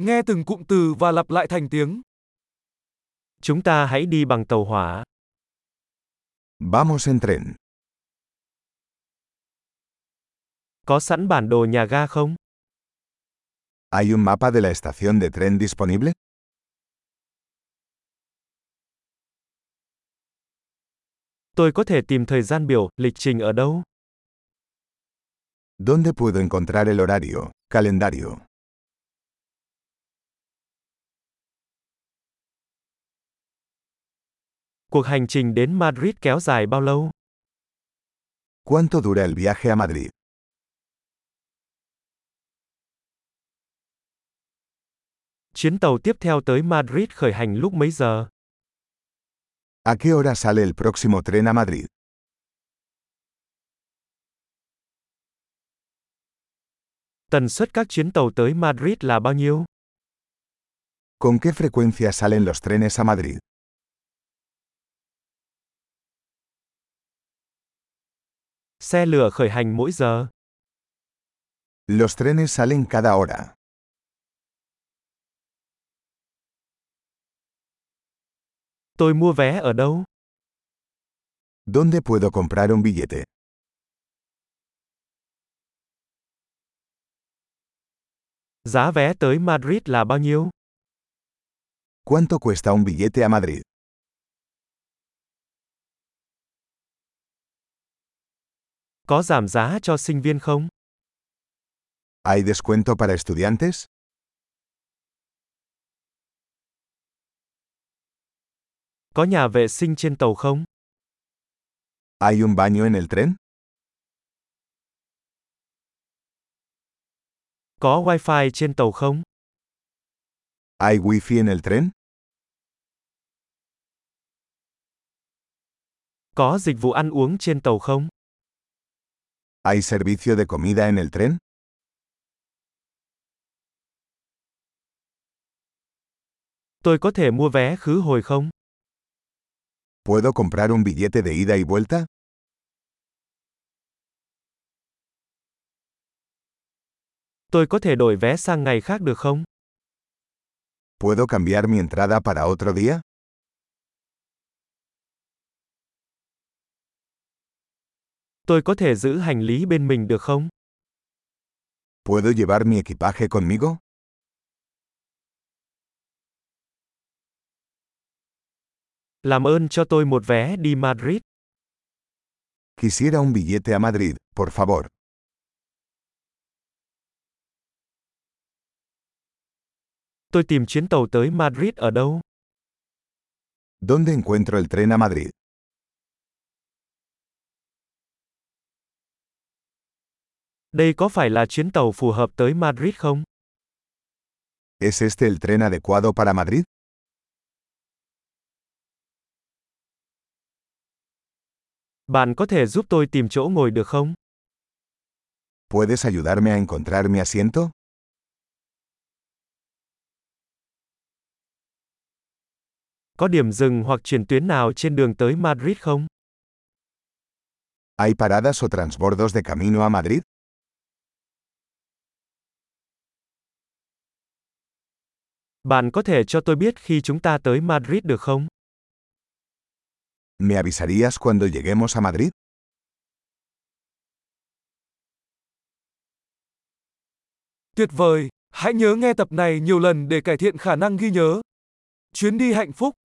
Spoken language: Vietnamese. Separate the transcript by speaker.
Speaker 1: Nghe từng cụm từ và lặp lại thành tiếng.
Speaker 2: Chúng ta hãy đi bằng tàu hỏa.
Speaker 3: Vamos en tren.
Speaker 2: Có sẵn bản đồ nhà ga không?
Speaker 3: ¿Hay un mapa de la estación de tren disponible?
Speaker 2: Tôi có thể tìm thời gian biểu, lịch trình ở đâu?
Speaker 3: ¿Dónde puedo encontrar el horario, calendario?
Speaker 2: Cuộc hành trình đến Madrid kéo dài bao lâu?
Speaker 3: ¿Cuánto dura el viaje a Madrid?
Speaker 2: Chuyến tàu tiếp theo tới Madrid khởi hành lúc mấy giờ?
Speaker 3: ¿A qué hora sale el próximo tren a Madrid?
Speaker 2: Tần suất các chuyến tàu tới Madrid là bao nhiêu?
Speaker 3: ¿Con qué frecuencia salen los trenes a Madrid?
Speaker 2: Xe lửa khởi hành mỗi giờ.
Speaker 3: Los trenes salen cada hora.
Speaker 2: Tôi mua vé ở đâu?
Speaker 3: ¿Dónde puedo comprar un billete?
Speaker 2: Giá vé tới Madrid là bao nhiêu?
Speaker 3: ¿Cuánto cuesta un billete a Madrid?
Speaker 2: Có giảm giá cho sinh viên không?
Speaker 3: ¿Hay descuento para estudiantes?
Speaker 2: Có nhà vệ sinh trên tàu không?
Speaker 3: ¿Hay un baño en el tren?
Speaker 2: Có wifi trên tàu không?
Speaker 3: ¿Hay wifi en el tren?
Speaker 2: Có dịch vụ ăn uống trên tàu không?
Speaker 3: ¿Hay servicio de comida en el tren?
Speaker 2: Tôi có thể mua vé khứ hồi không?
Speaker 3: ¿Puedo comprar un billete de ida y vuelta?
Speaker 2: Tôi có thể đổi vé sang ngày khác được không?
Speaker 3: ¿Puedo cambiar mi entrada para otro día?
Speaker 2: Tôi có thể giữ hành lý bên mình được không?
Speaker 3: ¿Puedo llevar mi equipaje conmigo?
Speaker 2: Làm ơn cho tôi một vé đi Madrid.
Speaker 3: Quisiera un billete a Madrid, por favor.
Speaker 2: Tôi tìm chuyến tàu tới Madrid ở đâu?
Speaker 3: ¿Dónde encuentro el tren a Madrid?
Speaker 2: Đây có phải là chuyến tàu phù hợp tới Madrid không?
Speaker 3: ¿Es este el tren adecuado para Madrid?
Speaker 2: Bạn có thể giúp tôi tìm chỗ ngồi được không?
Speaker 3: ¿Puedes ayudarme a encontrar mi asiento?
Speaker 2: Có điểm dừng hoặc chuyển tuyến nào trên đường tới Madrid không?
Speaker 3: ¿Hay paradas o transbordos de camino a Madrid?
Speaker 2: Bạn có thể cho tôi biết khi chúng ta tới Madrid được không?
Speaker 3: ¿Me avisarías cuando lleguemos a Madrid?
Speaker 1: Tuyệt vời! Hãy nhớ nghe tập này nhiều lần để cải thiện khả năng ghi nhớ. Chuyến đi hạnh phúc!